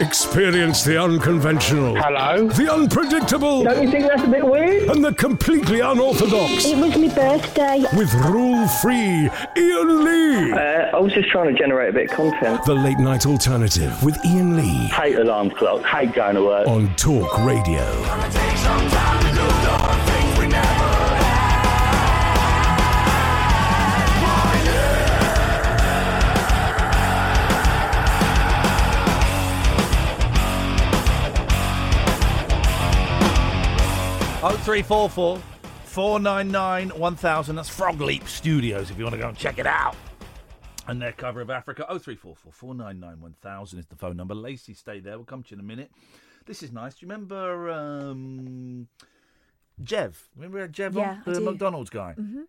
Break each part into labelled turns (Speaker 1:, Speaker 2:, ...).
Speaker 1: Experience the unconventional.
Speaker 2: Hello?
Speaker 1: The unpredictable.
Speaker 2: Don't you think that's a bit weird?
Speaker 1: and the completely unorthodox.
Speaker 3: It was my birthday.
Speaker 1: With rule free Ian Lee.
Speaker 2: Uh, I was just trying to generate a bit of content.
Speaker 1: The late night alternative with Ian Lee
Speaker 4: Hate alarm clocks. Hate going to work.
Speaker 1: on Talk Radio.
Speaker 5: Oh three four four four nine nine one thousand. That's Frog Leap Studios if you want to go and check it out. And their cover of Africa. Oh three four four four nine nine one thousand is the phone number. Lacey, stay there. We'll come to you in a minute. This is nice. Do you remember um, Jev? Remember Jev,
Speaker 6: Yeah, I
Speaker 5: the
Speaker 6: do.
Speaker 5: McDonald's guy? Mm-hmm.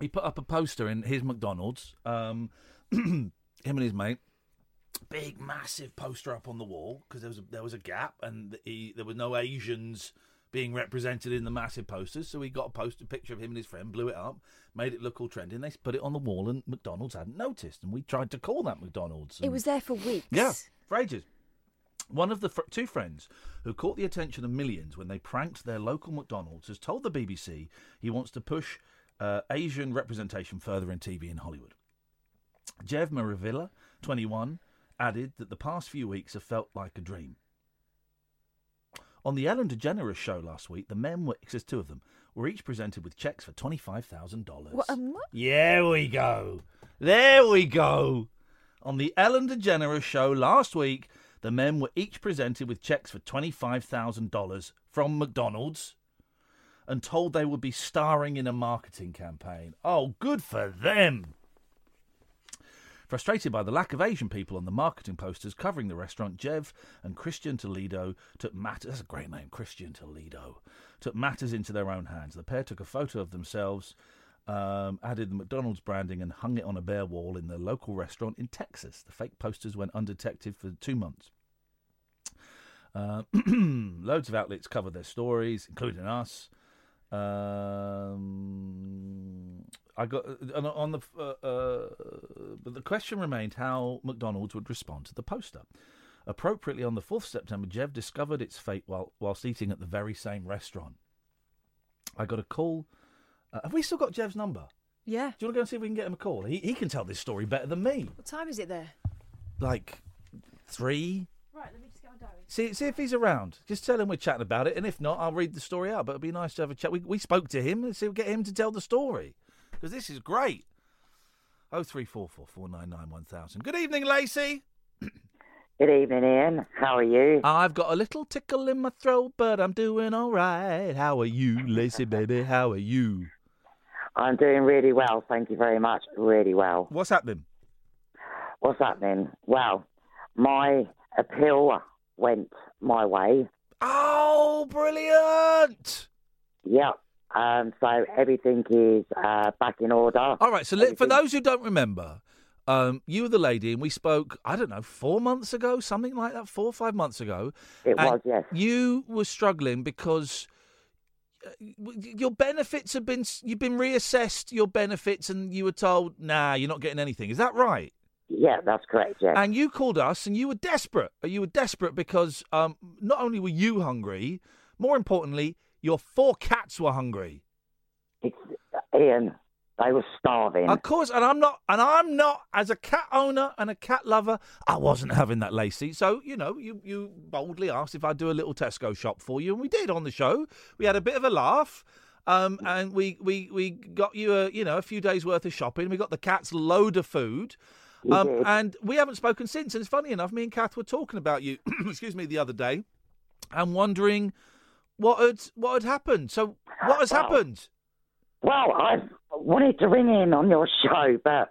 Speaker 5: He put up a poster in his McDonald's. Um, him and his mate big massive poster up on the wall because there was a, there was a gap and he, there were no Asians being represented in the massive posters. So he got a poster picture of him and his friend, blew it up, made it look all trendy, and they put it on the wall. And McDonald's hadn't noticed, and we tried to call that McDonald's.
Speaker 6: It
Speaker 5: and-
Speaker 6: was there for weeks.
Speaker 5: yeah, for ages. One of the fr- two friends who caught the attention of millions when they pranked their local McDonald's has told the BBC he wants to push uh, Asian representation further in TV in Hollywood. Jev Maravilla, 21, added that the past few weeks have felt like a dream. On the Ellen DeGeneres show last week, the men were, 'cause there's two of them, were each presented with checks for $25,000.
Speaker 6: What, um, what?
Speaker 5: Yeah, we go. There we go. On the Ellen DeGeneres show last week, the men were each presented with checks for $25,000 from McDonald's and told they would be starring in a marketing campaign. Oh, good for them. Frustrated by the lack of Asian people on the marketing posters covering the restaurant, Jev and Christian Toledo took matters. That's a great name, Christian Toledo. Took matters into their own hands. The pair took a photo of themselves, um, added the McDonald's branding, and hung it on a bare wall in their local restaurant in Texas. The fake posters went undetected for two months. Uh, loads of outlets covered their stories, including us. Um, I got and on the uh, uh, but the question remained how McDonald's would respond to the poster. Appropriately, on the fourth September, Jev discovered its fate while whilst eating at the very same restaurant. I got a call. Uh, have we still got Jev's number?
Speaker 6: Yeah.
Speaker 5: Do you want to go and see if we can get him a call? He he can tell this story better than me.
Speaker 6: What time is it there?
Speaker 5: Like three. Right, let me just get my diary. See, see if he's around. Just tell him we're chatting about it, and if not, I'll read the story out. But it'd be nice to have a chat. We, we spoke to him, and see if we get him to tell the story because this is great. Oh three four four four nine nine one thousand. Good evening, Lacey.
Speaker 7: Good evening, Ian. How are you?
Speaker 5: I've got a little tickle in my throat, but I'm doing all right. How are you, Lacey baby? How are you?
Speaker 7: I'm doing really well, thank you very much. Really well.
Speaker 5: What's happening?
Speaker 7: What's happening? Well, my appeal went my way.
Speaker 5: Oh, brilliant!
Speaker 7: Yep. Um, so everything is uh, back in order.
Speaker 5: All right. So let, for those who don't remember, um, you were the lady, and we spoke. I don't know, four months ago, something like that, four or five months ago.
Speaker 7: It
Speaker 5: and
Speaker 7: was, yes.
Speaker 5: You were struggling because uh, y- your benefits have been s- you've been reassessed your benefits, and you were told, "Nah, you're not getting anything." Is that right?
Speaker 7: Yeah, that's correct, yes.
Speaker 5: And you called us, and you were desperate. You were desperate because um, not only were you hungry, more importantly, your four cats were hungry.
Speaker 7: It's, Ian, They were starving.
Speaker 5: Of course, and I'm not, and I'm not as a cat owner and a cat lover. I wasn't having that, Lacey. So you know, you you boldly asked if I'd do a little Tesco shop for you, and we did on the show. We had a bit of a laugh, um, and we we we got you a you know a few days worth of shopping. We got the cats load of food. Um, and we haven't spoken since. And it's funny enough, me and Kath were talking about you, excuse me, the other day, and wondering what had what had happened. So what has
Speaker 7: Wow.
Speaker 5: happened?
Speaker 7: Well, I wanted to ring in on your show, but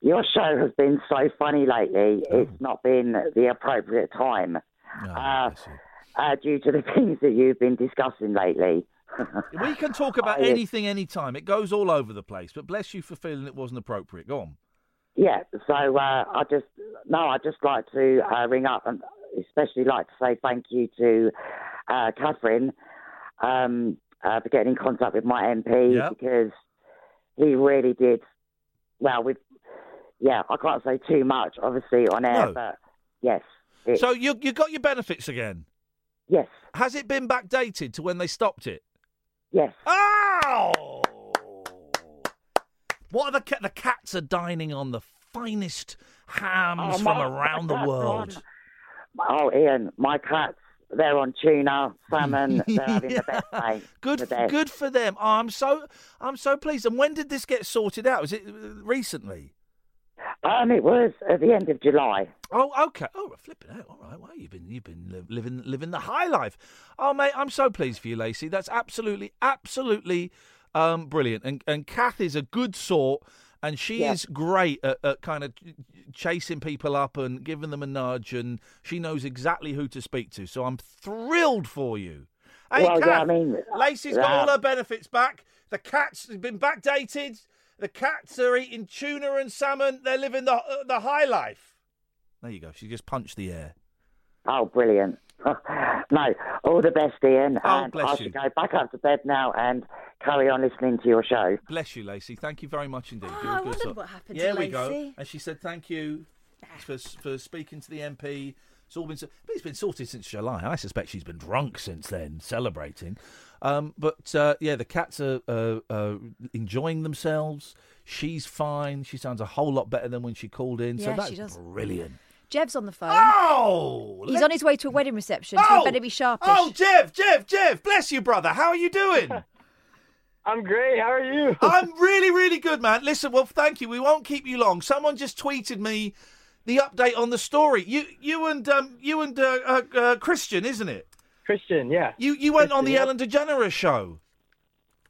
Speaker 7: your show has been so funny lately. It's not been the appropriate time uh, uh, due to the things that you've been discussing lately.
Speaker 5: We can talk about
Speaker 7: I- uh,
Speaker 5: anything, anytime. It goes all over the place. But bless you for feeling it wasn't appropriate. Go on.
Speaker 7: Yeah, so uh, I just no, I just like to uh, ring up and especially like to say thank you to uh, Catherine um, uh, for getting in contact with my MP
Speaker 5: Yeah.
Speaker 7: because he really did well. With yeah, I can't say too much, obviously on air,
Speaker 5: No.
Speaker 7: but yes, it,
Speaker 5: So you you got your benefits again.
Speaker 7: yes,
Speaker 5: Has it been backdated to when they stopped it?
Speaker 7: yes,
Speaker 5: Uh, Oh! What are the ca- the cats are dining on the finest hams
Speaker 7: Oh,
Speaker 5: from
Speaker 7: my-
Speaker 5: around the
Speaker 7: that's
Speaker 5: world?
Speaker 7: right. oh Ian, my cats. They're on tuna, salmon. They're having the best day.
Speaker 5: Good,
Speaker 7: the best.
Speaker 5: good for them. Oh, I'm so, I'm so pleased. And when did this get sorted out? Was it uh, recently?
Speaker 7: Um, it was at the end of July.
Speaker 5: Oh, okay. Oh, flipping out. All right. Well, you've been, you've been li- living, living the high life. Oh, mate, I'm so pleased for you, Lacey. That's absolutely, absolutely um, brilliant. And and Kath is a good sort, and she
Speaker 7: Yeah.
Speaker 5: is great at, at kind of ch- chasing people up and giving them a nudge, and she knows exactly who to speak to. So I'm thrilled for you. Hey,
Speaker 7: Well, yeah,
Speaker 5: Kath,
Speaker 7: I mean,
Speaker 5: Lacey's got
Speaker 7: yeah.
Speaker 5: all her benefits back. The cats have been backdated. The cats are eating tuna and salmon. They're living the uh, the high life. There you go. She just punched the air.
Speaker 7: Oh, brilliant. no, all the best, Ian.
Speaker 5: Oh,
Speaker 7: and
Speaker 5: bless
Speaker 7: I
Speaker 5: you.
Speaker 7: should go back up to bed now and carry on listening to your show.
Speaker 5: Bless you, Lacey. Thank you very much indeed.
Speaker 3: Oh,
Speaker 5: You're a
Speaker 3: I
Speaker 5: good
Speaker 3: wondered
Speaker 5: sort.
Speaker 3: what happened to
Speaker 5: Yeah, we go.
Speaker 3: Lacey.
Speaker 5: And she said thank you for for speaking to the MP. It's all been so- but it's been sorted since July. I suspect she's been drunk since then, celebrating. Um, but uh, yeah, the cats are uh, uh, enjoying themselves. She's fine. She sounds a whole lot better than when she called in. so
Speaker 3: Yeah,
Speaker 5: that's
Speaker 3: she does.
Speaker 5: brilliant.
Speaker 3: Jev's on the phone.
Speaker 2: Ah,
Speaker 5: Oh,
Speaker 3: He's
Speaker 5: let-
Speaker 3: on his way to a wedding reception, so he better be sharpish.
Speaker 5: Oh, Jeff, Jeff, Jeff, bless you, brother. How are you doing?
Speaker 2: I'm great. How are you?
Speaker 5: I'm really, really good, man. Listen, well, thank you. We won't keep you long. Someone just tweeted me the update on the story. You, you and um, you and uh, uh, uh, Christian, isn't it?
Speaker 2: Christian, yeah.
Speaker 5: You you went on the
Speaker 2: Christian,
Speaker 5: Ellen DeGeneres show.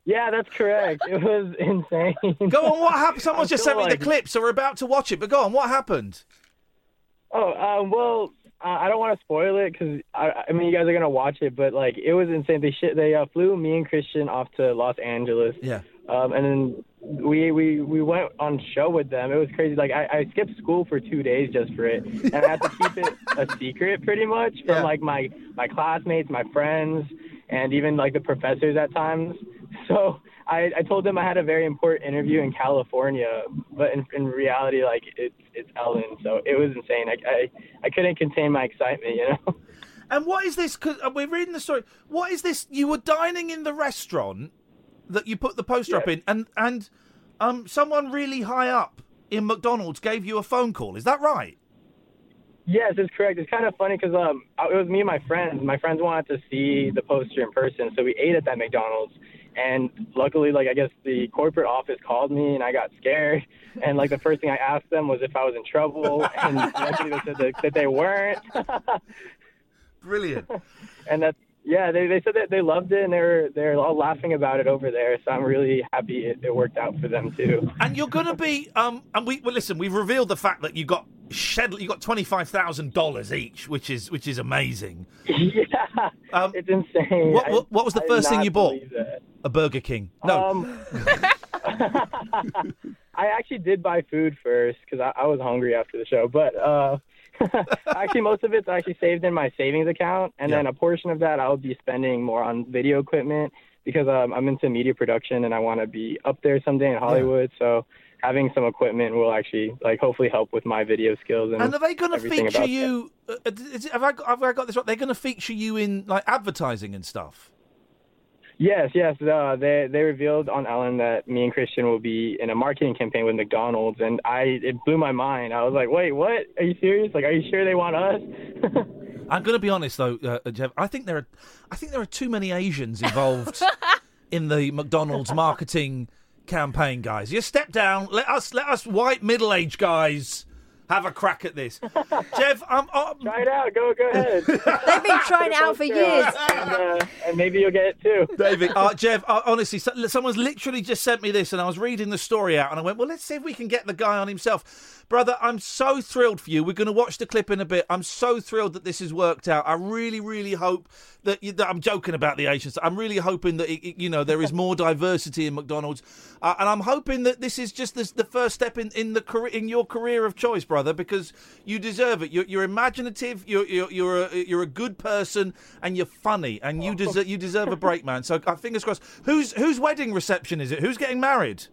Speaker 2: Yeah, that's correct. It was insane.
Speaker 5: Go on, what happened? Someone
Speaker 2: I
Speaker 5: just
Speaker 2: feel
Speaker 5: sent me the
Speaker 2: like-
Speaker 5: clip, so we're about to watch it. But go on, what happened?
Speaker 2: Oh, um, well, I I don't want to spoil it because I, I mean, you guys are gonna watch it, but like, it was insane. They shit, they uh, flew me and Christian off to Los Angeles.
Speaker 5: Yeah.
Speaker 2: Um, and then we we we went on show with them. It was crazy. Like I, I skipped school for two days just for it, and I had to keep it a secret pretty much from
Speaker 5: Yeah.
Speaker 2: like my my classmates, my friends, and even like the professors at times. So I, I told them I had a very important interview in California, but in, in reality, like it's it's Ellen. So it was insane. I, I I couldn't contain my excitement, you know.
Speaker 5: And what is this? Because we're reading the story. What is this? You were dining in the restaurant that you put the poster up in, and and um, someone really high up in McDonald's gave you a phone call. Is that right?
Speaker 2: Yes, it's correct. It's kind of funny because um, I- it was me and my friends. My friends wanted to see the poster in person, so we ate at that McDonald's. And luckily, like I guess the corporate office called me, and I got scared. And like the first thing I asked them was if I was in trouble, and luckily they said that, that they weren't.
Speaker 5: Brilliant.
Speaker 2: and that's yeah, they they said that they loved it, and they're they're all laughing about it over there. So I'm really happy it, it worked out for them too.
Speaker 5: and you're going to be um and we well, listen we've revealed the fact that you got shed you got $25,000 each which is which is amazing
Speaker 2: yeah,
Speaker 5: Um,
Speaker 2: it's insane.
Speaker 5: what-
Speaker 2: I-
Speaker 5: what- what was the
Speaker 2: I did
Speaker 5: first thing
Speaker 2: not
Speaker 5: you bought?
Speaker 2: believe that.
Speaker 5: a burger king no
Speaker 2: Um, I actually did buy food first because I, I was hungry after the show. But uh, actually, most of it's actually saved in my savings account, and then
Speaker 5: Yeah.
Speaker 2: a portion of that I'll be spending more on video equipment because um, I'm into media production and I want to be up there someday in Hollywood. So having some equipment will actually like hopefully help with my video skills and,
Speaker 5: and are they going to
Speaker 2: everything
Speaker 5: feature
Speaker 2: about
Speaker 5: you uh, is it, have I got, have I got this right they're going to feature you in like advertising and stuff
Speaker 2: Yes, yes. Uh, they they revealed on Ellen that me and Christian will be in a marketing campaign with McDonald's, and I it blew my mind. I was like, wait, what? Are you serious? Like, are you sure they want us?
Speaker 5: I'm going to be honest though, uh, Jeff. I think there are, I think there are too many Asians involved in the McDonald's marketing campaign, guys. You step down. Let us, let us white middle-aged guys have a crack at this. Jeff, I'm, uh, I'm
Speaker 2: Try it out. Go go ahead.
Speaker 3: They've been trying it out for years.
Speaker 2: and, uh, and maybe you'll get it too.
Speaker 5: David, uh, Jeff, uh, honestly, so- someone's literally just sent me this, and I was reading the story out, and I went, "Well, let's see if we can get the guy on himself." Brother, I'm so thrilled for you. We're going to watch the clip in a bit. I'm so thrilled that this has worked out. I really, really hope that, you, that I'm joking about the Asians. I'm really hoping that it, it- you know there is more diversity in McDonald's, uh, and I'm hoping that this is just this, the first step in in the career, in your career of choice, brother, because you deserve it. You're, you're imaginative. You're you're you're a, you're a good person, and you're funny, and you deserve you deserve a break, man. So uh, fingers crossed. Whose whose wedding reception is it? Who's getting married?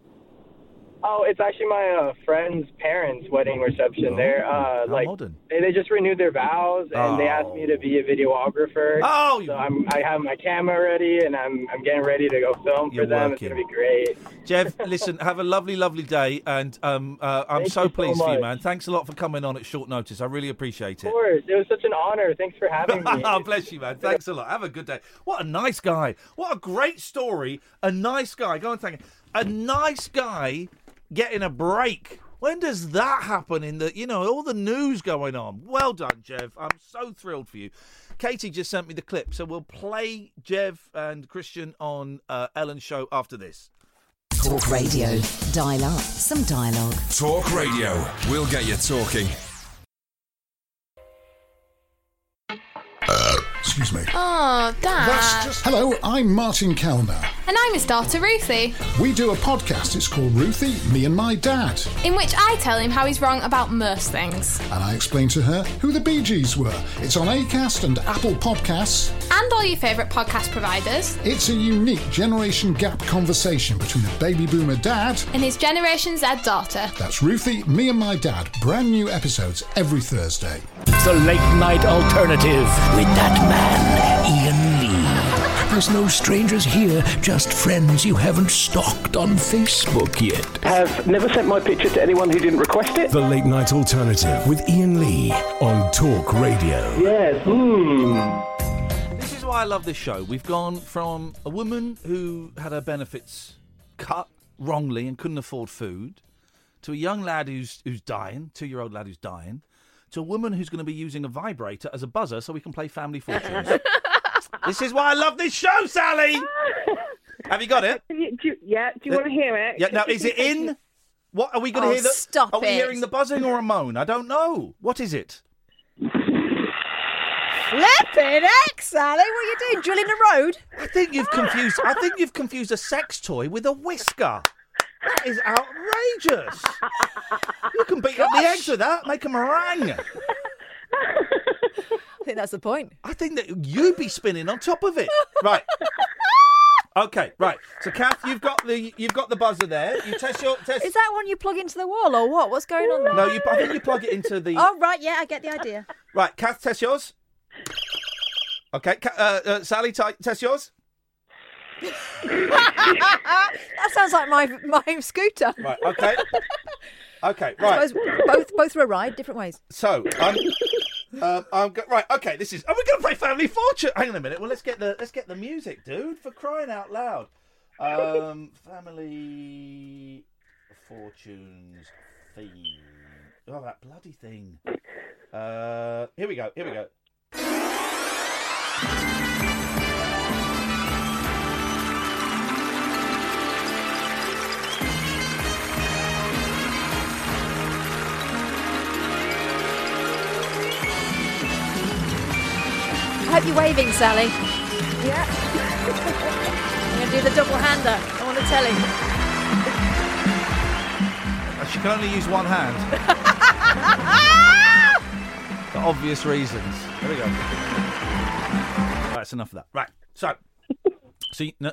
Speaker 2: Oh, it's actually my uh, friend's parents' wedding reception. there,
Speaker 5: Oh, how
Speaker 2: uh, like
Speaker 5: modern.
Speaker 2: They, they just renewed their vows, and they asked me to be a videographer.
Speaker 5: Oh, you-
Speaker 2: so I'm, I have my camera ready, and I'm I'm getting ready to go film
Speaker 5: You're
Speaker 2: for them. It's gonna
Speaker 5: working.
Speaker 2: be great.
Speaker 5: Jeff, listen, have a lovely, lovely day, and um, uh, I'm
Speaker 2: Thank
Speaker 5: so
Speaker 2: you so
Speaker 5: pleased for you,
Speaker 2: much.
Speaker 5: man. Thanks a lot for coming on at short notice. I really appreciate it.
Speaker 2: Of course, it was such an honor. Thanks for having me.
Speaker 5: oh, bless you, man. Thanks a lot. Have a good day. What a nice guy. What a great story. A nice guy. Go on, thank you. A nice guy getting a break. When does that happen in the, you know, all the news going on? Well done, Jeff. I'm so thrilled for you. Katie just sent me the clip, so we'll play Jeff and Christian on uh, Ellen's show after this.
Speaker 6: Talk radio. Dial up some dialogue.
Speaker 1: Talk radio.
Speaker 8: We'll get you talking.
Speaker 9: Excuse me.
Speaker 10: Oh, Dad.
Speaker 9: Hello, I'm Martin Kellner.
Speaker 10: And I'm his daughter, Ruthie,
Speaker 9: We do a podcast. It's called Ruthie, Me and My Dad.
Speaker 10: in which I tell him how he's wrong about most things.
Speaker 9: And I explain to her who the Bee Gees were. It's on ACAST and Apple Podcasts.
Speaker 10: And all your favourite podcast providers,
Speaker 9: It's a unique generation gap conversation between a baby boomer dad.
Speaker 10: and his Generation Z daughter.
Speaker 9: That's Ruthie, Me and My Dad. Brand new episodes every Thursday.
Speaker 11: The late night alternative with that man, Ian Lee. There's no strangers here, just friends you haven't stalked on Facebook yet.
Speaker 4: Have never sent my picture to anyone who didn't request it.
Speaker 1: The late night alternative with Ian Lee on Talk Radio.
Speaker 4: Yes. Hmm.
Speaker 5: This is why I love this show. We've gone from a woman who had her benefits cut wrongly and couldn't afford food, to a young lad who's who's dying, two year old lad who's dying, to a woman who's going to be using a vibrator as a buzzer so we can play Family Fortunes. this is why I love this show, Sally. Have you got it?
Speaker 12: Can you, do, you- yeah, do you
Speaker 5: Uh,
Speaker 12: want to hear it?
Speaker 5: Yeah. Now, is it in? What are we going to
Speaker 12: Oh,
Speaker 5: hear? The,
Speaker 12: stop
Speaker 5: Are we
Speaker 12: it.
Speaker 5: hearing the buzzing or a moan? I don't know. What is it?
Speaker 3: Flipping heck, Sally. What are you doing? Drilling the road?
Speaker 5: I think you've confused. I think you've confused a sex toy with a whisker. That is outrageous. You can beat up the eggs with that. Make a meringue.
Speaker 3: I think that's the point.
Speaker 5: I think that you'd be spinning on top of it. Right. Okay. Right. So, Kath, you've got the you've got the buzzer there. You test your test.
Speaker 3: Is that one you plug into the wall or what? What's going on there?
Speaker 5: No, you. I think you plug it into the.
Speaker 3: Oh, right. Yeah, I get the idea.
Speaker 5: Right, Kath, test yours. Okay, Ka- uh, uh, Sally, t- test yours.
Speaker 3: that sounds like my my scooter.
Speaker 5: Right. Okay. Okay.
Speaker 3: I
Speaker 5: Right.
Speaker 3: suppose both both were a ride, different ways.
Speaker 5: So I'm, um, I'm go- right. Okay, this is. Are we going to play Family Fortune? Hang on a minute. Well, let's get the let's get the music, dude. For crying out loud, um, Family Fortunes theme. Oh, that bloody thing. Uh, here we go. Here we go.
Speaker 3: I hope you're waving, Sally. Yeah. I'm going to do the double hander. I want to tell him.
Speaker 5: She can only use one hand for obvious reasons. Here we go. That's enough of that. Right. So, so you, no,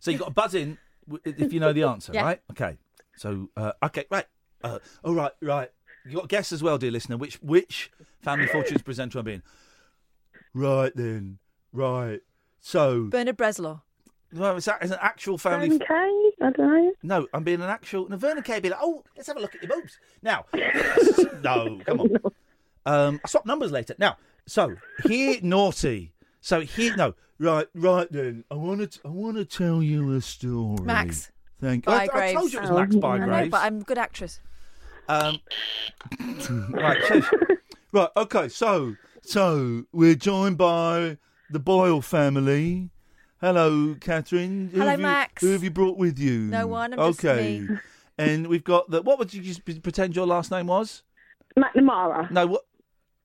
Speaker 5: so you got to buzz in w- if you know the answer,
Speaker 13: Yeah.
Speaker 5: right? Okay. So, uh, okay, right. Uh, all right, right. You got to guess as well, dear listener, which which Family Fortunes presenter I'm being. Right then. Right. So
Speaker 3: Bernard Breslau.
Speaker 5: No, it's, a, it's an actual family.
Speaker 8: Vernon Kay? I don't know.
Speaker 5: No, I'm being an actual. No, Vernon Kay be like, oh, let's have a look at your boobs. Now, no, come on. Um, I swap numbers later. Now, so here, naughty. So here, no, right, right then. I want to, I want to tell you a story.
Speaker 3: Max.
Speaker 5: Thank you. I,
Speaker 3: By
Speaker 5: I told you it was Max
Speaker 3: Oh, I know,
Speaker 5: Bygraves.
Speaker 3: but I'm a good actress.
Speaker 5: Um, right, so- right, okay, so so we're joined by the Boyle family. Hello, Catherine. Who
Speaker 3: Hello,
Speaker 5: have you-
Speaker 3: Max.
Speaker 5: Who have you brought with you?
Speaker 3: No one, I'm just
Speaker 5: okay.
Speaker 3: me.
Speaker 5: And we've got the. What would you just p- pretend your last name was?
Speaker 8: McNamara.
Speaker 5: No, what?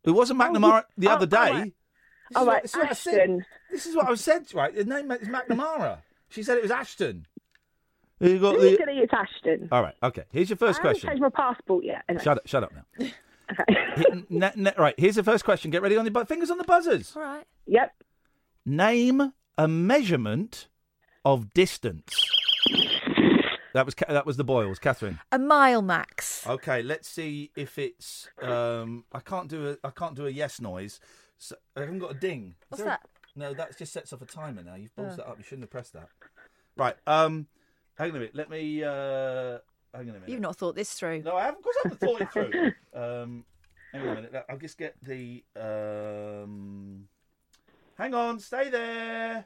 Speaker 5: It wasn't McNamara the other day. oh, This
Speaker 8: All
Speaker 5: is
Speaker 8: right,
Speaker 5: this is I said.
Speaker 8: Ashton.
Speaker 5: This is what I said. Right, the name is McNamara. She said it was Ashton. You got the-
Speaker 8: Legally, it's Ashton.
Speaker 5: All right, okay. Here's your
Speaker 8: I
Speaker 5: first
Speaker 8: haven't
Speaker 5: question.
Speaker 8: changed my passport yet. Anyway.
Speaker 5: Shut up! Shut up now. Hit- na- na- right, here's the first question. Get ready on your bu- fingers on the buzzers.
Speaker 3: All right.
Speaker 8: Yep.
Speaker 5: Name a measurement of distance. That was Ca- that was the boils, Catherine.
Speaker 3: A mile, Max.
Speaker 5: Okay, let's see if it's. Um, I can't do a I can't do a yes noise. So, I haven't got a ding. Is
Speaker 3: What's
Speaker 5: there a-
Speaker 3: that?
Speaker 5: no, that just sets off a timer. Now you've
Speaker 3: Oh.
Speaker 5: buzzed that up. You shouldn't have pressed that. Right. Um, hang on a minute. Let me. Uh, hang on a minute.
Speaker 3: You've not thought this through.
Speaker 5: No, I haven't. Of course, I haven't thought it through. Um, hang on a minute. I'll just get the. Um... Hang on, stay there.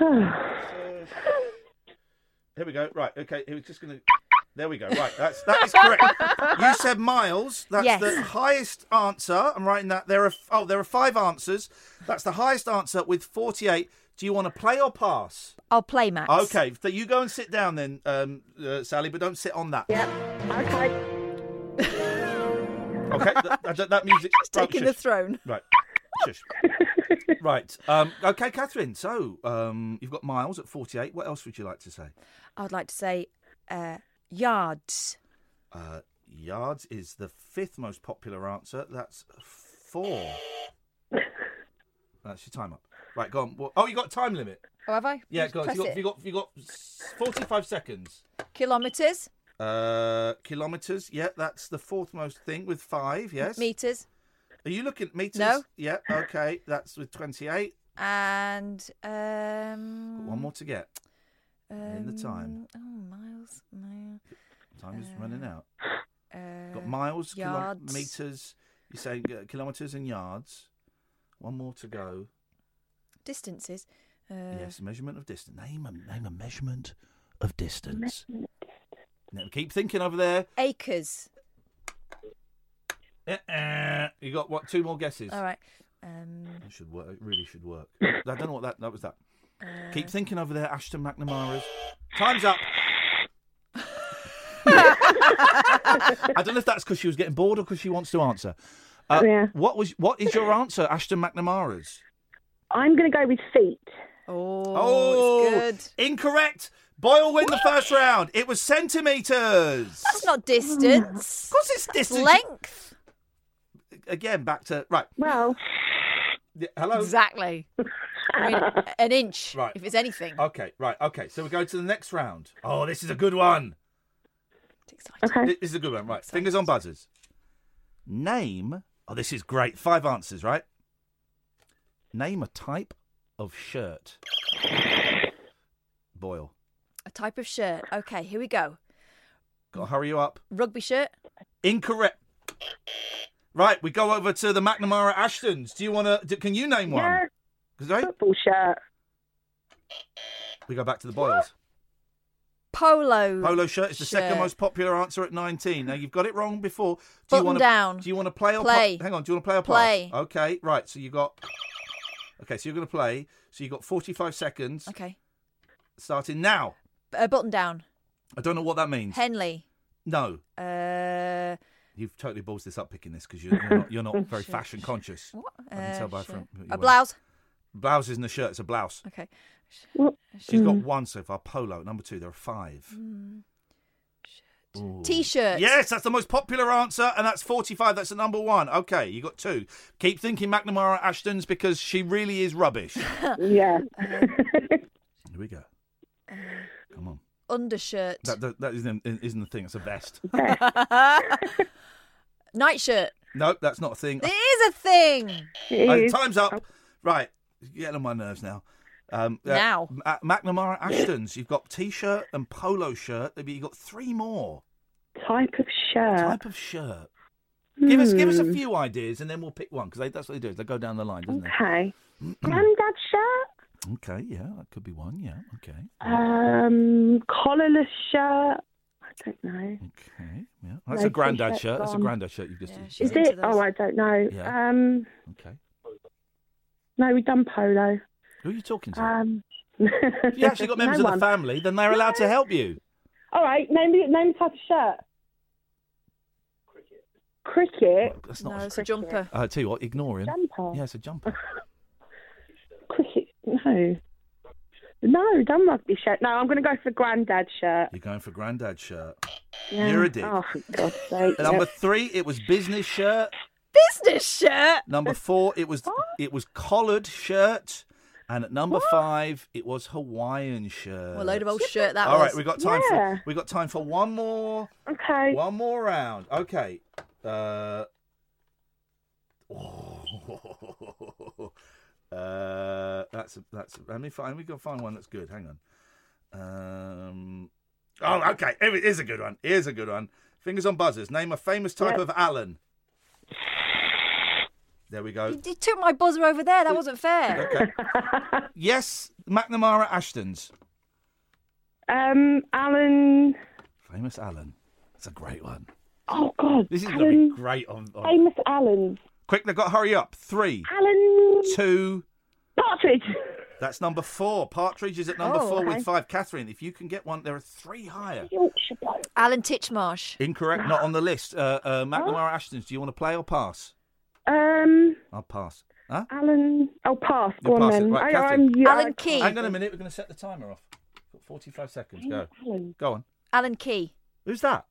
Speaker 5: Uh, here we go. Right. Okay. Here we're just gonna. There we go. Right. That's that is correct. you said miles. That's
Speaker 12: Yes.
Speaker 5: the highest answer. I'm writing that. There are oh, there are five answers. That's the highest answer with 48. Do you want to play or pass?
Speaker 3: I'll play, Max.
Speaker 5: Okay, so you go and sit down then, um, uh, Sally, but don't sit on that. Yeah. Okay. okay. That, that, that music.
Speaker 3: He's taking the
Speaker 5: shush.
Speaker 3: throne.
Speaker 5: Right. Shush. right. Um, okay, Catherine. So um, you've got miles at forty-eight. What else would you like to say?
Speaker 3: I would like to say uh, yards.
Speaker 5: Uh, yards is the fifth most popular answer. That's four. That's your time up. Right, go on. Well, oh, you got a time limit.
Speaker 3: Oh, have I?
Speaker 5: Yeah,
Speaker 3: Just
Speaker 5: go on.
Speaker 3: press
Speaker 5: You got,
Speaker 3: it.
Speaker 5: you got, you got forty-five seconds.
Speaker 3: Kilometres,
Speaker 5: Uh, kilometers. Yeah, that's the fourth most thing with five. Yes.
Speaker 3: meters,
Speaker 5: Are you looking at meters?
Speaker 3: No.
Speaker 5: Yeah. Okay. That's with twenty-eight.
Speaker 3: and um,
Speaker 5: One more to get. in the time.
Speaker 3: Oh, miles, mile,
Speaker 5: Time is running out.
Speaker 3: uh,
Speaker 5: Got miles,
Speaker 3: yards.
Speaker 5: kilometers. You say uh, kilometers and yards. One more to go.
Speaker 3: distances. Uh,
Speaker 5: yes, measurement of distance. Name a name a measurement of distance. Now keep thinking over there.
Speaker 3: Acres.
Speaker 5: Uh-uh. You got what? Two more guesses.
Speaker 3: All right. Um,
Speaker 5: That should work. It really should work. I don't know what that that was. That.
Speaker 3: Uh,
Speaker 5: Keep thinking over there, Ashton McNamara's. Time's up. I don't know if that's because she was getting bored or because she wants to answer. Uh, What was? What is your answer, Ashton McNamara's?
Speaker 8: I'm going to go with feet.
Speaker 3: Oh,
Speaker 5: Oh, Incorrect. Boyle win the first round. It was centimeters.
Speaker 3: that's not distance. Of
Speaker 5: course, it's distance.
Speaker 3: Length.
Speaker 5: Again, back to right.
Speaker 8: Well,
Speaker 5: Yeah, hello.
Speaker 3: Exactly. I mean, an inch,
Speaker 5: Right.
Speaker 3: if it's anything.
Speaker 5: Okay, right. Okay, so we go to the next round. Oh, this is a good one.
Speaker 8: Okay.
Speaker 5: This is a good one. Right. Fingers on buzzers. Name. Oh, this is great. Five answers, right? Name a type of shirt. Boyle.
Speaker 3: A type of shirt. Okay, here we go.
Speaker 5: Gotta hurry you up.
Speaker 3: Rugby shirt.
Speaker 5: Incorrect. Right, we go over to the McNamara Ashtons. Do you want to? Can you name one?
Speaker 8: Yeah.
Speaker 5: 'Cause they-
Speaker 8: Football shirt.
Speaker 5: We go back to the Boyles.
Speaker 3: Polo.
Speaker 5: Polo shirt is the second
Speaker 3: shirt.
Speaker 5: most popular answer at 19. Now you've got it wrong before. Do you
Speaker 3: Button
Speaker 5: want to,
Speaker 3: down.
Speaker 5: Do you want to play or
Speaker 3: Play.
Speaker 5: Pa- hang on? Do you want to play or pass?
Speaker 3: Play.
Speaker 5: Okay, right. So you got. Okay, so you're going to play. So you have got 45 seconds
Speaker 3: Okay.
Speaker 5: starting now.
Speaker 3: A button down.
Speaker 5: I don't know what that means.
Speaker 3: Henley.
Speaker 5: no,
Speaker 3: Uh,
Speaker 5: you've totally balls this up picking this because you're, you're not you're not very fashion conscious.
Speaker 3: What?
Speaker 5: I can
Speaker 3: Uh,
Speaker 5: tell by
Speaker 3: shirt.
Speaker 5: from
Speaker 3: a blouse.
Speaker 5: Blouse isn't a shirt; it's a blouse.
Speaker 3: Okay. Mm.
Speaker 5: She's got one so far. Polo number two. There are five. Ooh.
Speaker 3: T-shirt.
Speaker 5: Yes, that's the most popular answer, and that's 45. That's the number one. Okay, you got two. Keep thinking McNamara Ashton's because she really is rubbish. Here
Speaker 8: yeah.
Speaker 5: we go. Come on.
Speaker 3: Undershirt.
Speaker 5: That, that, that isn't, isn't the thing. It's a vest.
Speaker 3: Nightshirt.
Speaker 5: nope, that's not a thing.
Speaker 3: It is a thing.
Speaker 5: Oh, Uh, time's up. Right, you're getting on my nerves now. Um,
Speaker 3: Now.
Speaker 5: Ma- McNamara Ashton's. You've got t-shirt and polo shirt. Maybe You've got three more
Speaker 8: Type of shirt. Hmm.
Speaker 5: type of shirt. Give us give us a few ideas, and then we'll pick one because that's what they do. Is they go down the line, doesn't
Speaker 8: Okay. Granddad shirt.
Speaker 5: they? Okay, yeah, that could be one. Yeah, okay.
Speaker 8: Um, collarless shirt. I don't know.
Speaker 5: Okay, yeah. That's
Speaker 8: No
Speaker 5: a granddad
Speaker 8: t-shirts
Speaker 5: shirt. That's a
Speaker 8: on.
Speaker 5: granddad shirt you've just.
Speaker 8: Is it? Oh, I don't know.
Speaker 5: Yeah.
Speaker 8: Um,
Speaker 5: Okay.
Speaker 8: no, we've done polo.
Speaker 5: Who are you talking to?
Speaker 8: Um,
Speaker 5: if you actually got members
Speaker 8: no
Speaker 5: of the
Speaker 8: one.
Speaker 5: family, then they're allowed to help you.
Speaker 8: All right, name the name the type of shirt. Cricket. Cricket.
Speaker 5: That's not. uh,
Speaker 3: it's a jumper.
Speaker 5: I tell you what, ignore him.
Speaker 8: Jumper.
Speaker 5: Yeah, it's a jumper.
Speaker 8: Cricket. No. No, done rugby shirt. No, I'm going to go for granddad shirt.
Speaker 5: You're going for granddad shirt.
Speaker 8: Yeah.
Speaker 5: You're a dick.
Speaker 8: Oh, for God's sake.
Speaker 5: Number three, it was business shirt.
Speaker 3: Business shirt.
Speaker 5: Number four, it was it was collared shirt, and at number five, it was Hawaiian shirt.
Speaker 3: Well, a load of old shirt that
Speaker 5: All
Speaker 3: was.
Speaker 5: right, we got time
Speaker 8: Yeah.
Speaker 5: for we got time for one more
Speaker 8: Okay.
Speaker 5: one more round. Okay. Uh. Oh. uh. That's a, that's. Let me find. We can find one that's good. Hang on. Um. Oh, okay. Here it is a good one. Here's a good one. Fingers on buzzers. Name a famous type of Allen. There we go.
Speaker 3: You took my buzzer over there. That wasn't fair.
Speaker 5: Okay. yes, McNamara Ashton's
Speaker 8: Um, Alan.
Speaker 5: famous Allen. It's a great one.
Speaker 8: Oh God.
Speaker 5: This is going to
Speaker 8: Alan.
Speaker 5: be great on. on-
Speaker 8: Famous Alan.
Speaker 5: Quick, they've got to hurry up. Three,
Speaker 8: Alan.
Speaker 5: two.
Speaker 8: Partridge.
Speaker 5: That's number four. Partridge is at number
Speaker 3: Oh,
Speaker 5: four
Speaker 3: okay.
Speaker 5: with five. Catherine, if you can get one, there are three higher.
Speaker 8: Yorkshire bloke.
Speaker 3: Alan Titchmarsh.
Speaker 5: Incorrect, not on the list. Uh, uh, McNamara Ashton's, do you want to play or pass?
Speaker 8: Um,
Speaker 5: I'll pass. Huh?
Speaker 8: Alan. Oh, pass.
Speaker 5: You'll
Speaker 8: Go on
Speaker 5: pass it.
Speaker 8: then.
Speaker 5: Right,
Speaker 8: I,
Speaker 5: Catherine.
Speaker 8: yeah, I-
Speaker 3: Alan Key.
Speaker 5: Hang on a minute, we're going to set the timer off. Got 45 seconds, go.
Speaker 8: Alan.
Speaker 5: Go on.
Speaker 3: Alan Key.
Speaker 5: Who's that?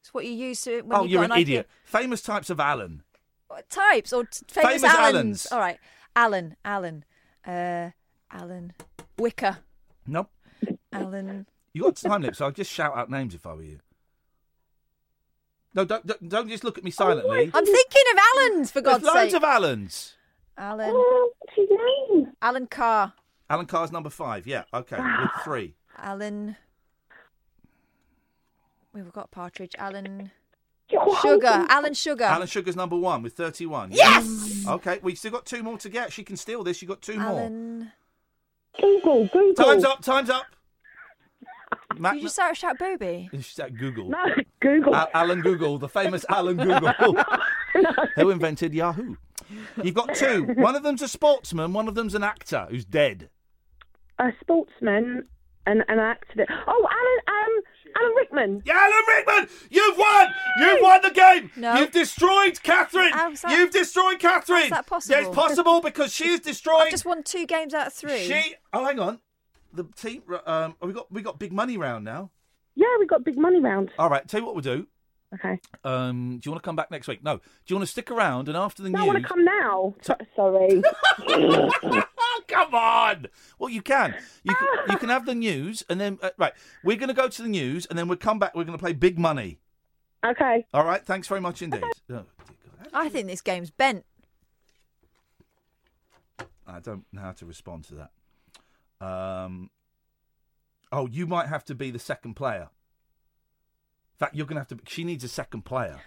Speaker 3: It's what you use to when
Speaker 5: oh,
Speaker 3: you've
Speaker 5: you're
Speaker 3: got
Speaker 5: an
Speaker 3: idea.
Speaker 5: idiot. Famous types of Alan.
Speaker 3: What types or t- famous,
Speaker 5: Famous
Speaker 3: Allens.
Speaker 5: Allens.
Speaker 3: All right, Alan, Alan, uh, Alan Wicker,
Speaker 5: Nope.
Speaker 3: Alan.
Speaker 5: You got time lips, so I'd just shout out names if I were you. No, don't, don't, don't just look at me silently.
Speaker 3: I'm thinking of Alans for
Speaker 5: There's
Speaker 3: Oh God's
Speaker 5: loads
Speaker 3: sake.
Speaker 5: of Alans.
Speaker 3: Alan,
Speaker 8: Oh, what's his name?
Speaker 3: Alan Carr,
Speaker 5: Alan Carr's number five. Yeah, okay, with three.
Speaker 3: Alan. We've got Partridge, Alan
Speaker 8: You're
Speaker 3: Sugar,
Speaker 8: holding-
Speaker 3: Alan Sugar,
Speaker 5: Alan Sugar's number one with 31.
Speaker 3: Yes!
Speaker 5: Okay, we still got two more to get. She can steal this. You got two more.
Speaker 3: Alan.
Speaker 8: Google. Google.
Speaker 5: Time's up. Time's up. Matt,
Speaker 3: Did you just shout, shout booby?
Speaker 5: She's at Google.
Speaker 8: No, Google.
Speaker 5: Al- Alan Google, the famous Alan Google, who invented Yahoo. You've got two. One of them's a sportsman. One of them's an actor who's dead.
Speaker 8: a sportsman and an accident. Oh, Alan. Um, Alan Rickman.
Speaker 5: Yeah, Alan Rickman, you've won. You've won the game.
Speaker 3: No.
Speaker 5: You've destroyed Catherine.
Speaker 3: How's that-
Speaker 5: You've destroyed Catherine.
Speaker 3: that possible?
Speaker 5: It's possible because she is destroyed.
Speaker 3: I've just won two games out of three.
Speaker 5: She. Oh, hang on. The team. Um, we got we got big money round now.
Speaker 8: Yeah, we got big money round.
Speaker 5: All right. Tell you what we'll do.
Speaker 8: Okay.
Speaker 5: Um, do you want to come back next week? No. Do you want to stick around and after the
Speaker 8: No, I
Speaker 5: news?
Speaker 8: want to come now. So- sorry.
Speaker 5: come on. Well, you can. You can, you can have the news and then uh, right. We're going to go to the news and then we'll come back. We're going to play big money.
Speaker 8: okay.
Speaker 5: All right. Thanks very much indeed. Oh, dear God.
Speaker 3: I think this game's bent.
Speaker 5: I don't know how to respond to that. Um. Oh, you might have to be the second player. In fact, you're going to have to. Be, she needs a second player,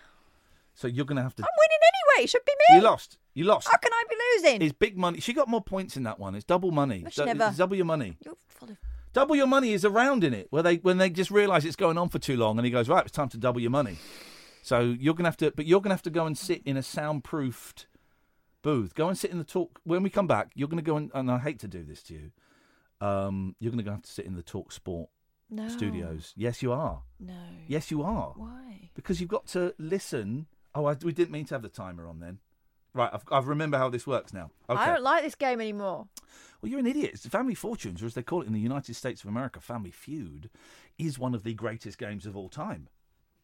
Speaker 5: so you're going to have to.
Speaker 3: I'm winning anyway. It should be me.
Speaker 5: You lost. You lost.
Speaker 3: How can I be losing?
Speaker 5: It's big money. She got more points in that one. It's double money.
Speaker 3: No, she
Speaker 5: Du-
Speaker 3: never.
Speaker 5: It's double your money.
Speaker 3: You're full of
Speaker 5: Double your money is a round in it where they when they just realise it's going on for too long and he goes right. It's time to double your money. So you're going to have to. But you're going to have to go and sit in a soundproofed booth. Go and sit in the talk. When we come back, you're going to go and, and I hate to do this to you. Um, you're going to have to sit in the talk sport
Speaker 3: no
Speaker 5: studios. Yes, you are.
Speaker 3: No.
Speaker 5: Yes, you are.
Speaker 3: Why?
Speaker 5: Because you've got to listen. Oh, I, we didn't mean to have the timer on then. Right, I've, I've remember how this works now. Okay.
Speaker 3: I don't like this game anymore.
Speaker 5: Well, you're an idiot. It's Family Fortunes, or as they call it in the United States of America, Family Feud, is one of the greatest games of all time.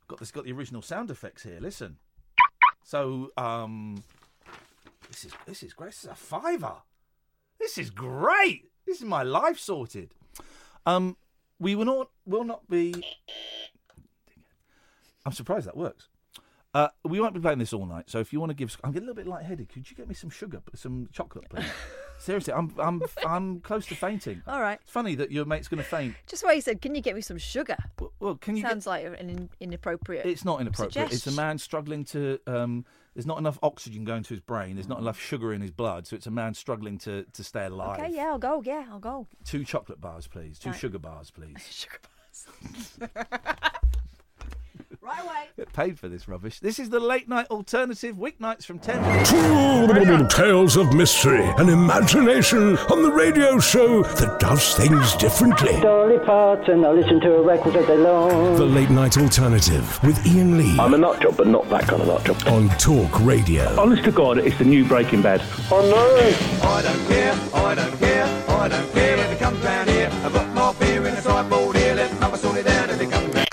Speaker 5: Got this, got the original sound effects here. Listen. So, um, this is this is great. This is a fiver. This is great. This is my life sorted. Um, we will not will not be. I'm surprised that works. Uh, we won't be playing this all night, so if you want to give, I'm getting a little bit lightheaded. Could you get me some sugar, some chocolate, please? Seriously, I'm I'm I'm close to fainting.
Speaker 3: All right.
Speaker 5: It's funny that your mate's going to faint.
Speaker 3: Just why you said, can you get me some sugar?
Speaker 5: Well, well can you?
Speaker 3: Sounds like an in- inappropriate.
Speaker 5: It's not inappropriate. It's a
Speaker 3: suggestion.
Speaker 5: man struggling to. Um, there's not enough oxygen going to his brain. There's not
Speaker 3: Mm.
Speaker 5: enough sugar in his blood, so it's a man struggling to to stay alive.
Speaker 3: Okay, yeah, I'll go. Yeah, I'll go.
Speaker 5: Two chocolate bars, please. Two
Speaker 3: Right.
Speaker 5: sugar bars, please.
Speaker 3: sugar bars. right away.
Speaker 5: Get paid for this rubbish. This is the late night alternative weeknights from ten.
Speaker 1: Tales of mystery and imagination on the radio show that does things differently.
Speaker 4: Dolly Parton, I listen to a record all day long.
Speaker 1: The Late Night Alternative with Ian Lee. I'm
Speaker 4: a nut job, but not that kind of nut job.
Speaker 1: On Talk Radio.
Speaker 4: Honest to God, it's the new Breaking Bad.
Speaker 12: Oh no! I don't care, I don't care, I don't care if it comes down here. I put my beer in the sideboard here, let Mama sort it out if it comes down.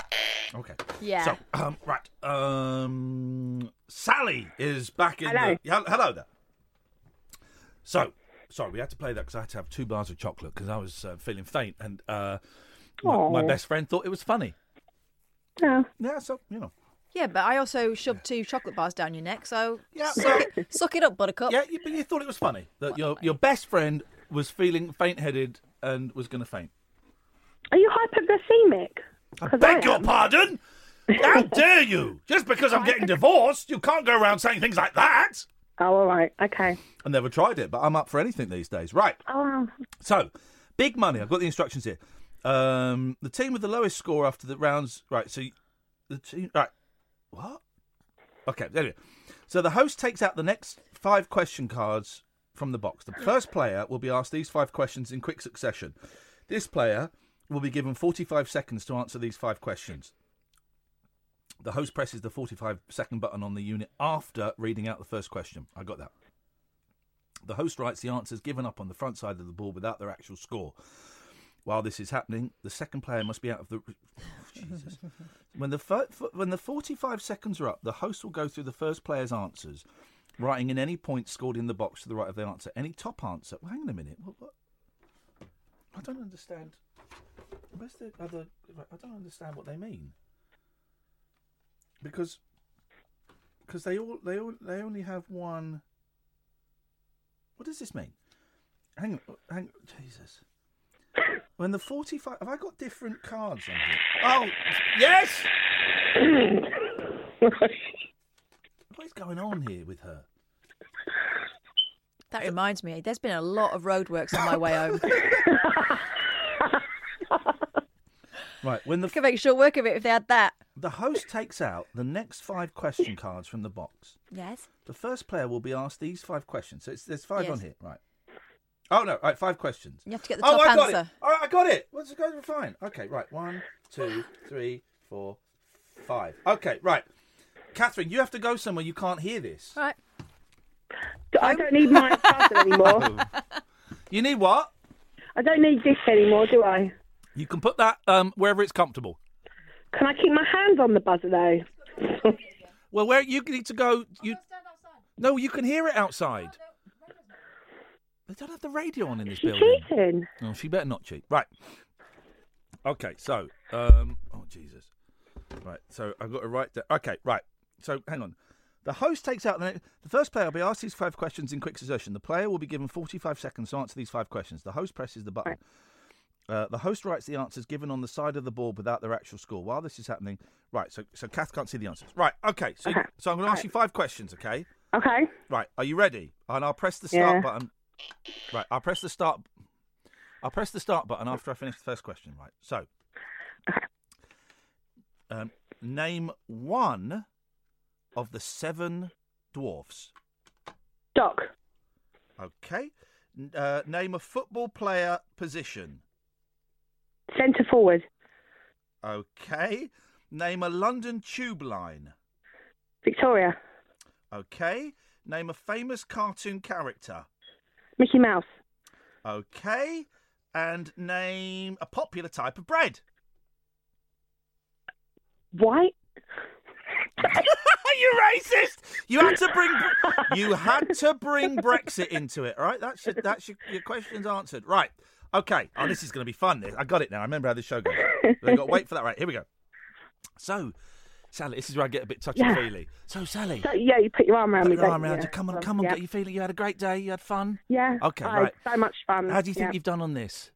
Speaker 3: Yeah.
Speaker 5: So, um, right. Um, Sally is back in
Speaker 3: Hello.
Speaker 5: the. Hel- Hello there. So, sorry, we had to play that because I had to have two bars of chocolate because I was uh, feeling faint and uh, my, my
Speaker 3: Aw.
Speaker 5: best friend thought it was funny.
Speaker 8: No.
Speaker 5: Yeah, so, you know.
Speaker 3: Yeah, but I also shoved two chocolate bars down your neck, so
Speaker 5: yeah,
Speaker 3: suck, it, suck it up, Buttercup.
Speaker 5: Yeah, you, but you thought it was funny that your, your best friend was feeling faint headed and was going to faint.
Speaker 8: Are you hyperglycemic?
Speaker 5: I beg your pardon! How dare you! Just because I'm getting divorced, you can't go around saying things like that!
Speaker 8: Oh, all right. Okay.
Speaker 5: I never tried it, but I'm up for anything these days. Right.
Speaker 8: Oh.
Speaker 5: So, big money. I've got the instructions here. Um, the team with the lowest score after the rounds. Right. So, you- the team. Right. What? Okay. Anyway, so the host takes out the next five question cards from the box. The first player will be asked these five questions in quick succession. This player will be given 45 seconds to answer these five questions. The host presses the 45 second button on the unit after reading out the first question. I got that. The host writes the answers given up on the front side of the board without their actual score. While this is happening, the second player must be out of the. oh, Jesus. When the fir- f- when the 45 seconds are up, the host will go through the first player's answers, writing in any point scored in the box to the right of the answer. Any top answer. Well, hang on a minute. What? what? I don't understand. Where's the other? I don't understand what they mean. Because. Because they all they all they only have one. What does this mean? Hang on, hang on, Jesus. When the 45, have I got different cards on here? Oh, yes! what is going on here with her?
Speaker 3: That reminds me, there's been a lot of roadworks on my way home.
Speaker 5: Right, when the
Speaker 3: Could make short work of it if they had that.
Speaker 5: the host takes out the next five question cards from the box,
Speaker 3: Yes.
Speaker 5: the first player will be asked these five questions. So it's, there's five
Speaker 3: Yes.
Speaker 5: on here, right? Oh no, right, five questions.
Speaker 3: You have to get the
Speaker 5: oh,
Speaker 3: top
Speaker 5: I got
Speaker 3: answer.
Speaker 5: It. All right, I got it. What's it going fine? Okay, right. One, two, three, four, five. Okay, right. Catherine, you have to go somewhere. You can't hear this.
Speaker 3: Right.
Speaker 8: I don't need my puzzle anymore.
Speaker 5: You need what?
Speaker 8: I don't need this anymore, do I?
Speaker 5: You can put that um, wherever it's comfortable.
Speaker 8: Can I keep my hands on the buzzer though?
Speaker 5: Well, where you need to go, you. No, you can hear it outside. They don't have the radio on in this
Speaker 8: She's
Speaker 5: building.
Speaker 8: cheating.
Speaker 5: Oh, she better not cheat. Right. Okay, so um oh Jesus. Right, so I've got to write that okay, right. So hang on. The host takes out the next, the first player will be asked these five questions in quick succession. The player will be given forty five seconds to answer these five questions. The host presses the button. Uh, the host writes the answers given on the side of the board without their actual score. While this is happening, right, so so Kath can't see the answers. Right, okay, so so I'm going to ask you five questions, okay?
Speaker 8: Okay.
Speaker 5: Right, are you ready? And I'll press the start
Speaker 8: Yeah.
Speaker 5: button. Right, I'll press the start. I'll press the start button after I finish the first question. Right, so um, name one of the seven dwarfs.
Speaker 8: Doc.
Speaker 5: Okay. N- Uh, name a football player position.
Speaker 8: Centre forward.
Speaker 5: Okay. Name a London tube line.
Speaker 8: Victoria.
Speaker 5: Okay. Name a famous cartoon character.
Speaker 8: Mickey Mouse.
Speaker 5: Okay. And name a popular type of bread.
Speaker 8: White.
Speaker 5: Are you racist? You had to bring Bre- you had to bring Brexit into it, all right? That's your, that's your, your questions answered, right? Okay. Oh, this is going to be fun. I got it now. I remember how this show goes. I got to wait for that. Right here we go. So, Sally, this is where I get a bit touchy
Speaker 8: Yeah.
Speaker 5: feely. So, Sally.
Speaker 8: So, yeah, you put your arm around
Speaker 5: Put
Speaker 8: me.
Speaker 5: your
Speaker 8: don't
Speaker 5: arm
Speaker 8: you?
Speaker 5: around you. Come on, come on,
Speaker 8: yeah.
Speaker 5: get your feeling. You had a great day. You had fun.
Speaker 8: Yeah.
Speaker 5: Okay,
Speaker 8: I
Speaker 5: right.
Speaker 8: had so much fun.
Speaker 5: How do you think
Speaker 8: Um, yeah.
Speaker 5: you've done on this?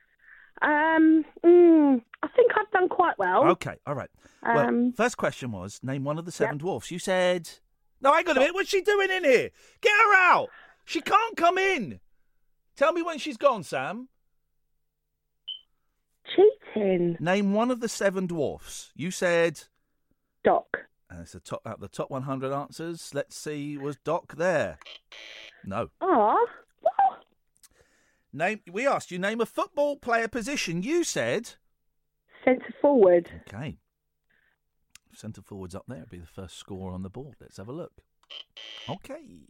Speaker 8: Um, mm, I think I've done quite
Speaker 2: Oh.
Speaker 8: well.
Speaker 5: Okay, all right. well,
Speaker 8: Um,
Speaker 5: first question was name one of the seven dwarfs. You said. No, hang on a minute. What's she doing in here? Get her out. She can't come in. Tell me when she's gone, Sam.
Speaker 8: Cheating.
Speaker 5: Name one of the seven dwarfs. You said.
Speaker 8: Doc.
Speaker 5: And it's the top, out of the top 100 answers. Let's see, was Doc there? No.
Speaker 8: Aw.
Speaker 5: Name. We asked you name a football player position. You said.
Speaker 8: Centre forward.
Speaker 5: Okay. Centre forwards up there would be the first score on the board. Let's have a look. Okay.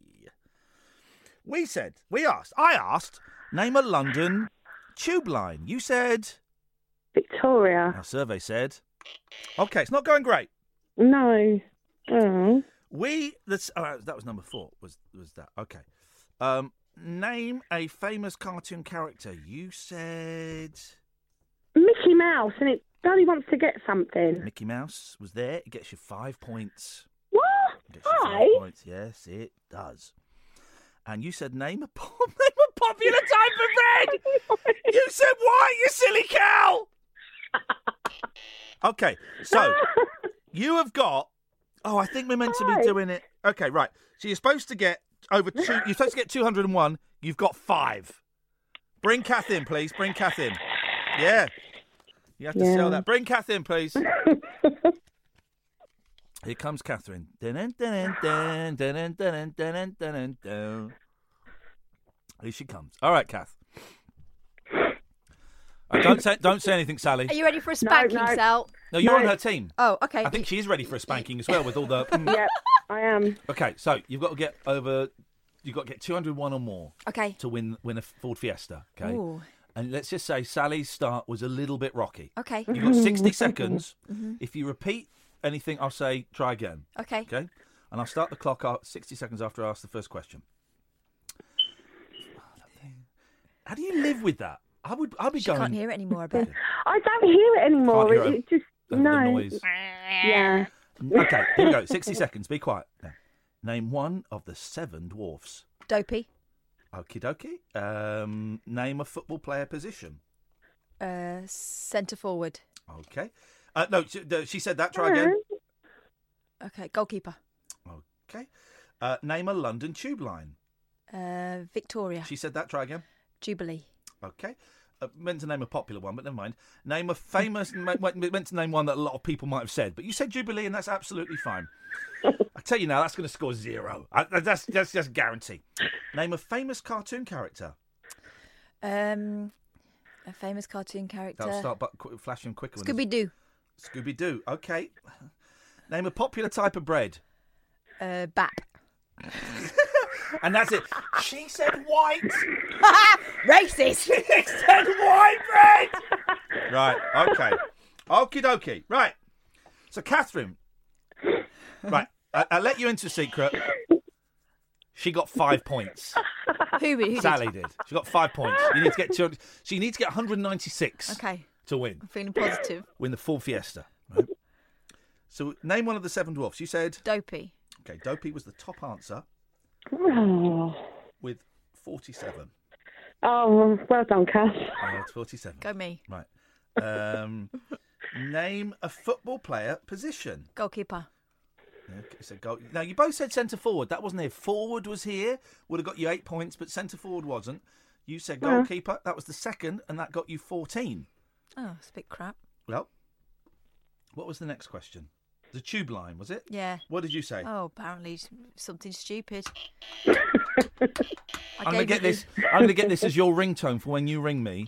Speaker 5: We said, we asked, I asked, name a London tube line. You said.
Speaker 8: Victoria.
Speaker 5: Our survey said. Okay, it's not going great.
Speaker 8: No. Oh.
Speaker 5: We this uh, that was number four. Was was that okay? Um, name a famous cartoon character. You said
Speaker 8: Mickey Mouse, and it bloody wants to get something.
Speaker 5: Mickey Mouse was there. It gets you five points.
Speaker 8: What?
Speaker 5: It gets you five
Speaker 8: Hi.
Speaker 5: points. Yes, it does. And you said name a po- name a popular type of bread. you said white. You silly cow. okay, so
Speaker 8: Ah.
Speaker 5: you have got. Oh, I think we're meant to be doing it. Okay, right. So you're supposed to get over two. You're supposed to get 201. You've got five. Bring Kath in, please. Bring Kath in. Yeah. You have to
Speaker 13: Yeah.
Speaker 5: sell that. Bring Kath in, please. Here comes Catherine. Dun-dun, dun-dun, dun, dun-dun, dun-dun, dun-dun, dun-dun, dun. Here she comes. All right, Kath. Uh, don't say don't say anything, Sally.
Speaker 3: Are you ready for a spanking,
Speaker 8: no.
Speaker 3: Sal?
Speaker 5: No, you're on her team.
Speaker 3: Oh, okay.
Speaker 5: I think she is ready for a spanking as well with all the. mm.
Speaker 8: yep, I am.
Speaker 5: Okay, so you've got to get over. You've got to get 201 or more.
Speaker 3: Okay.
Speaker 5: To win win a Ford Fiesta. Okay.
Speaker 3: Ooh.
Speaker 5: And let's just say Sally's start was a little bit rocky.
Speaker 3: Okay.
Speaker 5: You've got 60 seconds.
Speaker 3: Mhm.
Speaker 5: If you repeat anything, I'll say try again.
Speaker 3: Okay.
Speaker 5: Okay. And I'll start the clock out 60 seconds after I ask the first question. How do you live with that? I would. I'd be
Speaker 3: She
Speaker 5: going.
Speaker 3: can't hear it anymore about it.
Speaker 8: I don't hear it anymore.
Speaker 5: Can't hear
Speaker 8: it,
Speaker 5: it.
Speaker 8: it just
Speaker 5: Over the
Speaker 8: no.
Speaker 5: noise.
Speaker 8: Yeah.
Speaker 5: Okay, here we go. 60 seconds. Be quiet. Now, Name one of the seven dwarfs.
Speaker 3: Dopey.
Speaker 5: Okie dokie. Um, name a football player position.
Speaker 3: Uh, centre forward.
Speaker 5: Okay. Uh, no, she, no, she said that. Try again.
Speaker 3: Okay. Goalkeeper.
Speaker 5: Okay. Uh, name a London tube line.
Speaker 3: Uh, Victoria.
Speaker 5: She said that. Try again.
Speaker 3: Jubilee.
Speaker 5: Okay. Uh, meant to name a popular one, but never mind. Name a famous. me- me- meant to name one that a lot of people might have said, but you said Jubilee, and that's absolutely fine. I tell you now, that's going to score zero. I, that's that's just guarantee. Name a famous cartoon character.
Speaker 3: Um, a famous cartoon character.
Speaker 5: That'll start but qu- flashing quicker. when
Speaker 3: Scooby Doo.
Speaker 5: it's- Scooby Doo. Okay. Name a popular type of bread.
Speaker 3: Uh, Bap.
Speaker 5: And that's it. She said white.
Speaker 3: Racist.
Speaker 5: She said white bread. Right. Okay. Okie dokie. Right. So, Catherine. Right. I- I'll let you into a secret. She got five points.
Speaker 3: Who? who
Speaker 5: Sally did. She got five points. You need to get 200. She needs to get 196
Speaker 3: Okay.
Speaker 5: to win.
Speaker 3: I'm feeling positive.
Speaker 5: Win the full fiesta. Right? So, name one of the seven dwarfs. You said.
Speaker 3: Dopey.
Speaker 5: Okay. Dopey was the top answer
Speaker 8: Oh.
Speaker 5: with 47.
Speaker 8: oh, well done, Cass.
Speaker 5: Uh, it's 47.
Speaker 3: Go me.
Speaker 5: Right. Um, name a football player position.
Speaker 3: Goalkeeper.
Speaker 5: Okay, so goal. Now you both said centre forward. That wasn't here. Forward was here. Would have got you eight points, but centre forward wasn't. You said
Speaker 3: Yeah.
Speaker 5: goalkeeper. That was the second, and that got you fourteen.
Speaker 3: Oh, it's a bit crap.
Speaker 5: Well, what was the next question? The tube line was it?
Speaker 3: Yeah.
Speaker 5: What did you say?
Speaker 3: Oh, apparently s- something stupid. I
Speaker 5: I'm gonna
Speaker 3: gave
Speaker 5: get
Speaker 3: you-
Speaker 5: this. I'm gonna get this as your ringtone for when you ring me.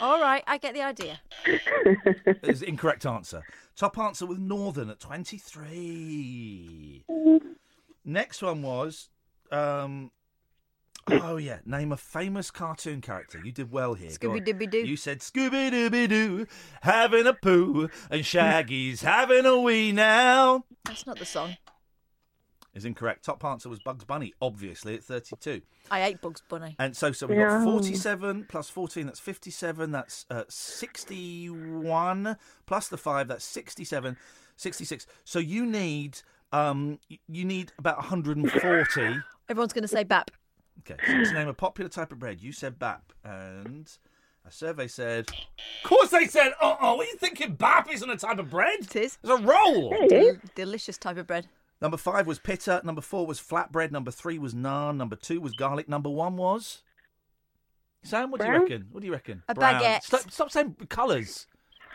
Speaker 3: All right, I get the idea.
Speaker 5: is the incorrect answer. Top answer with Northern at 23. Next one was, um, oh yeah, name a famous cartoon character. You did well here. Go on.
Speaker 3: Scooby-Dooby-Doo.
Speaker 5: You said Scooby Dooby Doo having a poo and Shaggy's having a wee now.
Speaker 3: That's not the song.
Speaker 5: is incorrect. Top answer was Bugs Bunny, obviously, at 32.
Speaker 3: I ate Bugs Bunny.
Speaker 5: And so, so we've got 47 plus 14, that's 57, that's uh, 61, plus the 5, that's 67, 66. So you need, um, y- you need about 140.
Speaker 3: Everyone's going to say Bap.
Speaker 5: Okay, so to name a popular type of bread, you said bap, and a survey said. Of course they said, uh oh, what are you thinking? Bap isn't a type of bread? It
Speaker 3: is.
Speaker 5: It's a roll.
Speaker 3: Del- delicious type of bread.
Speaker 5: Number five was pitta, number four was flatbread, number three was naan, number two was garlic, number one was. Sam, what do
Speaker 3: Brown?
Speaker 5: you reckon? What do you reckon?
Speaker 3: A
Speaker 5: Brown.
Speaker 3: baguette.
Speaker 5: Stop, stop saying colours.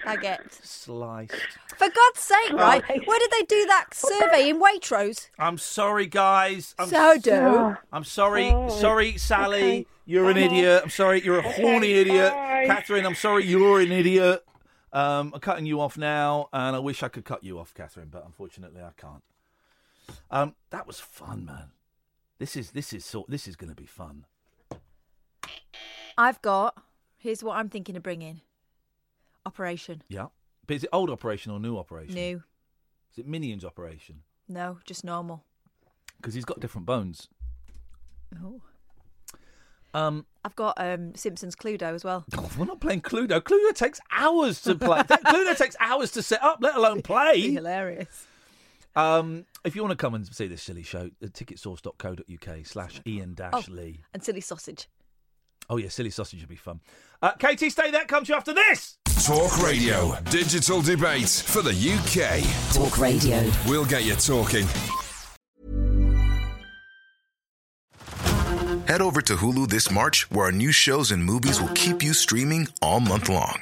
Speaker 3: Baguette.
Speaker 5: Sliced.
Speaker 3: For God's sake, right? Where did they do that survey in Waitrose?
Speaker 5: I'm sorry, guys. I'm
Speaker 3: So do.
Speaker 5: I'm sorry.
Speaker 3: Oh,
Speaker 5: sorry, Sally.
Speaker 3: okay.
Speaker 5: You're an
Speaker 3: Okay.
Speaker 5: idiot. I'm sorry. You're a
Speaker 3: Okay,
Speaker 5: horny idiot.
Speaker 3: bye.
Speaker 5: Catherine, I'm sorry. You're an idiot. Um, I'm cutting you off now, and I wish I could cut you off, Catherine, but unfortunately, I can't. Um, that was fun, man. This is this is sort. This is going to be fun.
Speaker 3: I've got. Here's what I'm thinking of bringing. Operation.
Speaker 5: Yeah. But is it old operation or new operation?
Speaker 3: New.
Speaker 5: Is it Minions operation?
Speaker 3: No, just normal.
Speaker 5: Because he's got different bones.
Speaker 3: Oh.
Speaker 5: Um,
Speaker 3: I've got um, Simpsons Cluedo as well.
Speaker 5: God, we're not playing Cluedo. Cluedo takes hours to play. Cluedo takes hours to set up, let alone play.
Speaker 3: Hilarious.
Speaker 5: Um, if you want to come and see this silly show, uh, ticketsource.co.uk slash Ian dash Lee.
Speaker 3: Oh, And silly sausage.
Speaker 5: Oh, yeah, silly sausage would be fun. Uh, Katie, stay there. Comes you after this.
Speaker 13: Talk Radio, digital debate for the UK. Talk
Speaker 6: Radio.
Speaker 13: We'll get you talking.
Speaker 14: Head over to Hulu this March, where our new shows and movies will keep you streaming all month long.